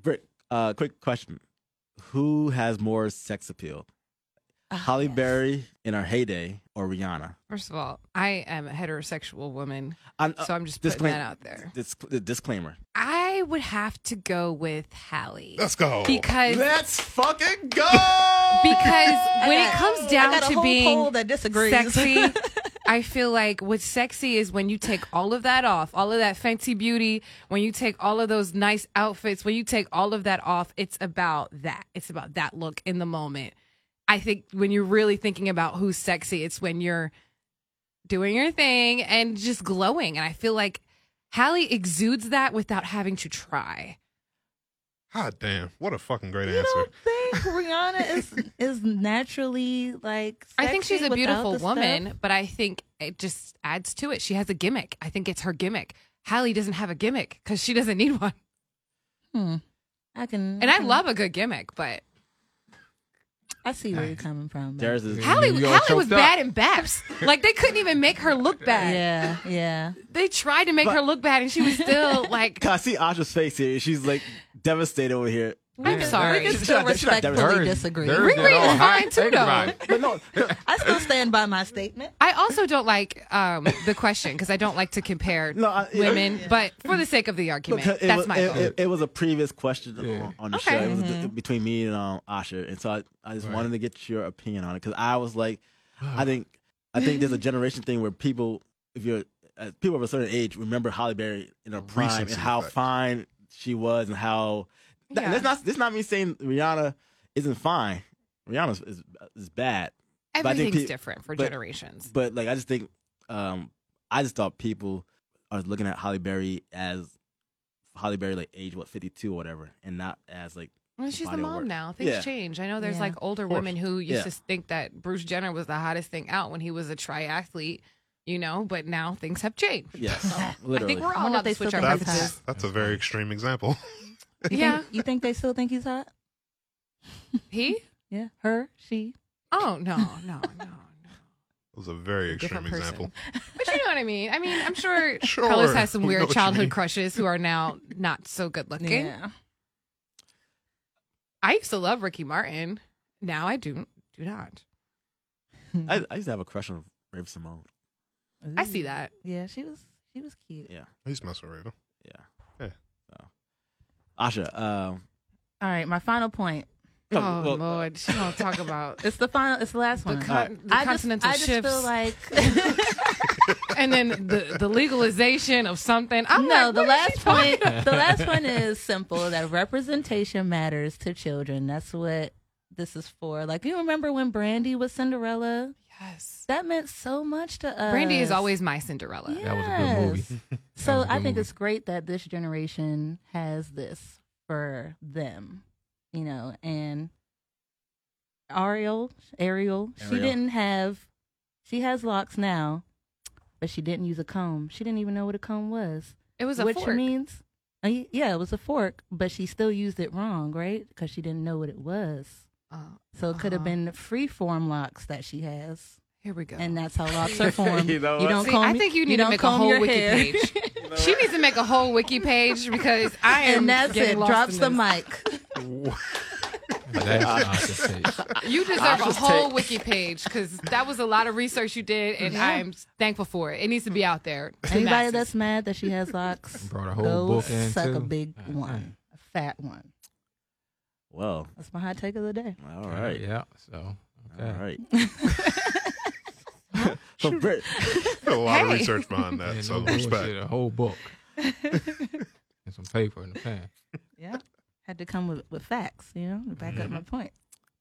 S1: Britt, uh, quick question: Who has more sex appeal,
S3: Ah,
S1: Holly Berry in her heyday or Rihanna?
S3: First of all, I am a heterosexual woman,
S1: I'm,
S3: so I'm just putting
S1: disclaim-
S3: that out there.
S1: Dis- uh, disclaimer.
S3: I would have to go with Hallie
S2: Let's go.
S3: because
S1: Let's fucking go.
S3: because when
S4: I
S3: it
S4: got-
S3: comes
S4: I
S3: down
S4: got a
S3: to
S4: whole poll
S3: being
S4: that disagrees.
S3: sexy, I feel like what's sexy is when you take all of that off, all of that fancy beauty, when you take all of those nice outfits, when you take all of that off, it's about that. It's about that look in the moment. I think when you're really thinking about who's sexy, it's when you're doing your thing and just glowing. And I feel like Hallie exudes that without having to try.
S2: God damn. What a fucking great
S4: you
S2: answer.
S4: don't think Rihanna is is naturally like?
S3: I think she's
S4: sexy
S3: a
S4: without
S3: beautiful
S4: the
S3: woman,
S4: stuff?
S3: but I think it just adds to it. She has a gimmick. I think it's her gimmick. Hallie doesn't have a gimmick because she doesn't need one.
S4: Hmm. I can,
S3: And I
S4: can-
S3: love a good gimmick, but
S4: I see where you're coming from.
S1: There's this.
S5: Yeah.
S3: Hallie,
S5: you all
S3: Hallie was
S5: choked up.
S3: bad in Baps. Like they couldn't even make her look bad.
S4: yeah, yeah.
S3: They tried to make her look bad, and she was still like,
S1: I see Asha's face here. She's like devastated over here.
S3: "I'm
S5: Yeah.
S3: sorry."
S4: We can
S1: She's
S4: still
S1: not- she's not
S4: respectfully
S1: diverse.
S4: disagree.
S5: There's that
S3: Riri
S5: all
S3: is
S5: hot
S3: fine, too,
S5: take
S3: though.
S5: about it.
S1: But no,
S4: I still stand by my statement.
S3: I also don't like um, the question because I don't like to compare
S1: No, I-
S3: women. But for the sake of the argument,
S1: because it
S3: that's
S1: was,
S3: my
S1: it,
S3: vote.
S1: it- it was a previous question
S5: Yeah.
S1: on, on the
S3: Okay. Mm-hmm.
S1: show. It was d- between me and um, Asha, and so I, I just
S5: Right.
S1: wanted to get your opinion on it because I was like, I think I think there's a generation thing where people, if you're uh, people of a certain age, remember Holly Berry in her prime
S2: Recency
S1: and how
S2: effect.
S1: fine she was and how. Th-
S3: Yeah.
S1: That's not. That's not me saying Rihanna isn't fine. Rihanna is, is bad, but I think
S3: Everything's
S1: pe-
S3: different for
S1: but-
S3: generations.
S1: but like I just think, um, I just thought people are looking at Holly Berry as Holly Berry like age what fifty two or whatever, and not as like
S3: Well, she's the
S1: body of work.
S3: mom now. Things
S1: Yeah.
S3: change. I know there's
S4: Yeah.
S3: like older
S2: Of course.
S3: women who used
S1: Yeah.
S3: to think that Bruce Jenner was the hottest thing out when he was a triathlete, you know, but now things have changed.
S1: yes,
S3: I
S1: literally.
S3: think we're
S4: I
S3: all
S4: wonder
S3: allowed
S4: if they
S3: to switch
S4: still
S3: our
S4: think it's
S3: preferences.
S2: That's that's a very extreme example.
S4: You think-
S3: Yeah.
S4: you think they still think he's hot?
S3: He?
S4: Yeah, her, she.
S3: Oh, no, no, no. no.
S2: It was a very extreme
S3: Different person.
S2: example.
S3: But you know what I mean. I mean, I'm sure,
S2: Sure.
S3: Carlos has some
S2: We know
S3: weird
S2: what you mean.
S3: childhood crushes who are now not so good looking.
S4: Yeah.
S3: I used to love Ricky Martin. Now I do do not.
S1: I, I used to have a crush on Raven Simone.
S3: I see that.
S4: Yeah, she was she was cute.
S1: Yeah,
S2: I used to mess with Raven.
S1: yeah,
S2: Yeah.
S1: So. Asha, um,
S4: All right, my final point.
S1: No,
S3: oh
S1: well,
S2: uh,
S3: Lord, she don't talk about
S4: It's the final. It's the last
S3: the,
S4: one.
S3: con- the
S4: I just,
S3: continental
S4: I just
S3: shifts,
S4: feel like
S3: and then the, the legalization of something. I'm
S4: no.
S3: like,
S4: the
S3: what is she
S4: last
S3: talking
S4: point. The last one is simple. That representation matters to children. That's what this is for. Like you remember when Brandy was Cinderella?
S3: Yes.
S4: That meant so much to us.
S3: Brandy is always my Cinderella.
S4: Yeah.
S5: That was a good movie.
S4: So
S5: was a
S4: I
S5: good
S4: think
S5: movie.
S4: it's great that this generation has this for them, you know. And Ariel, Ariel, she
S1: Ariel.
S4: didn't have. She has locks now, but she didn't use a comb. She didn't even know what a comb was,
S3: It was a
S4: which
S3: fork.
S4: means, uh, y- yeah, it was a fork, but she still used it wrong, right? Because she didn't know what it was.
S3: Oh,
S4: So it could have
S3: Uh-huh.
S4: been free form locks that she has,
S3: here we go.
S4: and that's how locks are formed.
S1: You know what?
S4: don't
S3: See,
S4: comb.
S3: I think you need to
S4: don't
S3: make a
S4: comb
S3: whole
S4: your
S3: wiki
S4: hair.
S3: page. she needs to make a whole wiki page because I am
S4: and that's
S3: getting
S4: it.
S3: lost
S4: Drops
S3: in
S4: the
S3: this.
S4: mic.
S5: That's Oscar's taste.
S3: You deserve a whole wiki page because that was a lot of research you did, and
S4: Yeah.
S3: I'm thankful for it. It needs to be out there. to
S4: Anybody
S3: masses.
S4: that's mad that she has locks,
S5: Brought a whole
S4: go
S5: book in,
S4: suck a
S5: too. Uh,
S4: big one, a fat one.
S1: Well,
S4: That's my hot take of the day.
S1: all right.
S5: Yeah. So.
S1: All
S5: Okay.
S1: right. so, Brit-
S2: Put a lot of
S3: Hey.
S2: research behind
S5: Yeah,
S2: that.
S5: no
S2: So
S5: bullshit,
S2: respect.
S5: A whole book. and some paper and a pen.
S4: Yeah, had to come with, with facts, you know, to back up my point.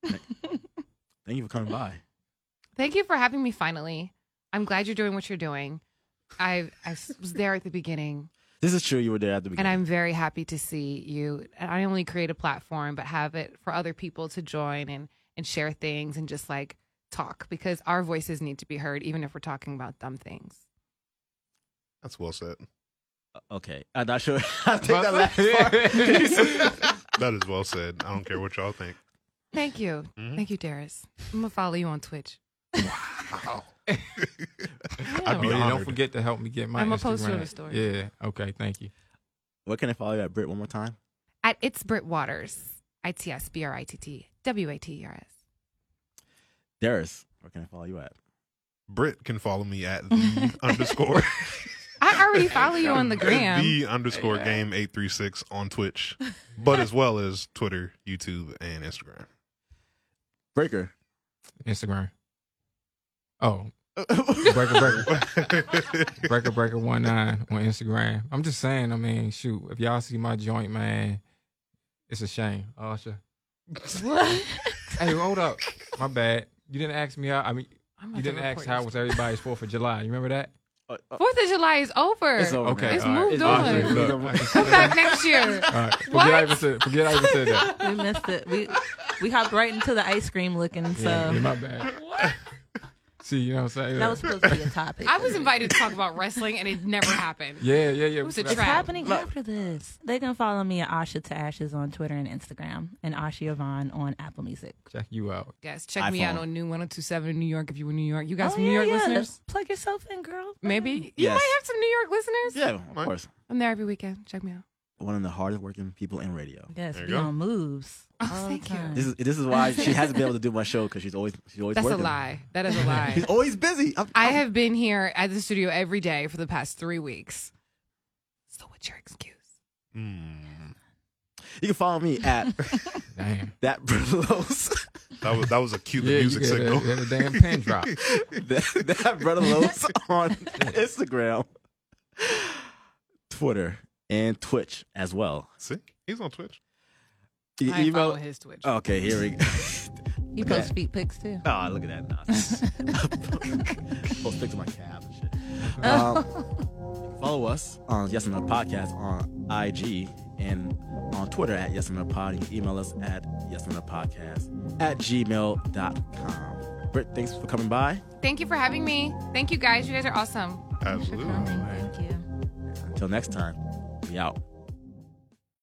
S1: Mm-hmm. thank you for coming by.
S3: Thank you for having me. Finally, I'm glad you're doing what you're doing. I I s- was there at the beginning,
S1: This is true. You were there at the
S3: and
S1: beginning.
S3: I'm very happy to see you. And I only create a platform, but have it for other people to join and and share things and just like talk because our voices need to be heard, even if we're talking about dumb things.
S2: That's well said.
S1: okay. I'm not sure. I take that last part.
S2: That is well said. I don't care what y'all think.
S3: Thank you,
S5: Mm-hmm.
S2: Mhm.
S3: thank you, Darius. I'm gonna follow you on Twitch.
S2: Wow.
S3: Yeah.
S2: I'd be
S5: Oh, yeah,
S3: Oh,
S5: don't
S2: honored.
S5: forget to help me get my.
S3: I'm
S5: Instagram.
S3: gonna post you in the story.
S5: Yeah. Okay. Thank you.
S1: Where can I follow you at Brit one more time?
S3: At it's Britt Waters, I T S B R I T T W A T E R S.
S1: Darius, where can I follow you at?
S2: Britt can follow me at the underscore
S3: I already follow you on the gram.
S2: the underscore game eight three six on Twitch, but as well as Twitter, YouTube, and Instagram.
S1: Breaker.
S5: Instagram. Oh. breaker breaker breaker breaker one nine on Instagram. I'm just saying. I mean, shoot. If y'all see my joint, man, it's a shame. Usher. hey, hold up. My bad. You didn't ask me how. I mean,
S3: I'm about
S5: you
S3: to
S5: didn't ask
S3: report
S5: how
S3: you.
S5: was everybody's Fourth of July. You remember that?
S1: Uh, uh,
S3: Fourth of July is over.
S1: it's
S2: Oh,
S1: over.
S5: Okay.
S1: now.
S3: It's
S5: all right.
S3: moved
S1: over.
S3: on.
S1: Look,
S3: Come back next year.
S5: All right. Forget
S3: What?
S5: I even said. Forget I even said that.
S4: We missed it. We we hopped right into the ice cream looking. So
S5: Yeah, yeah, my bad. See, you know what I'm saying?
S4: that was supposed to be a topic.
S3: I was invited to talk about wrestling and it never happened.
S5: Yeah, yeah, yeah. It
S3: was a
S4: What's
S3: trap.
S4: happening after this? They can follow me at Asha to Ashes on Twitter and Instagram, and Asha Yvonne on Apple Music.
S5: Check you out.
S3: Guys, check me
S1: iPhone.
S3: out on New 1027 in New York if you were in New York. You guys
S4: Oh,
S3: from New
S4: yeah,
S3: York
S4: yeah.
S3: listeners?
S4: Plug yourself in, girl.
S3: Maybe. You
S1: Yes.
S3: might have some New York listeners.
S1: Yeah, of course.
S3: I'm there every weekend. Check me out.
S1: One of the hardest working people in radio.
S4: Yes,
S2: There you
S4: be
S2: go.
S4: on moves.
S3: Oh,
S4: all the
S3: thank you.
S4: time.
S1: This is this is why she hasn't been able to do my show because she's always she's always
S3: That's
S1: working.
S3: a lie. That is a
S1: She's
S3: lie.
S1: always busy. I'm,
S3: I have been here at the studio every day for the past three weeks. So what's your excuse?
S2: Mm.
S1: you can follow me at
S5: Damn.
S1: that Brotherlos.
S2: That was that was a Cuban
S5: Yeah,
S2: music
S5: you got
S2: signal.
S5: A, you got a damn pin drop.
S1: that, that brother Lopes on Instagram, Twitter, and Twitch as well.
S2: See, he's on Twitch.
S1: You
S3: I
S1: E- email- Oh.
S3: follow his Twitch.
S1: Okay, here we go.
S4: You
S1: Okay.
S4: post feet pics too.
S1: Oh, look at that nonsense. Post pics of my calf and shit. Um, follow us on Yes and No Podcast on IG and on Twitter at Yes and No Pod. You can email us at Yes and No Podcast at gmail.com. Britt, thanks for coming by.
S3: Thank you for having me. Thank you guys. You guys are awesome.
S2: Absolutely.
S4: Thank you.
S1: Until next time, we out.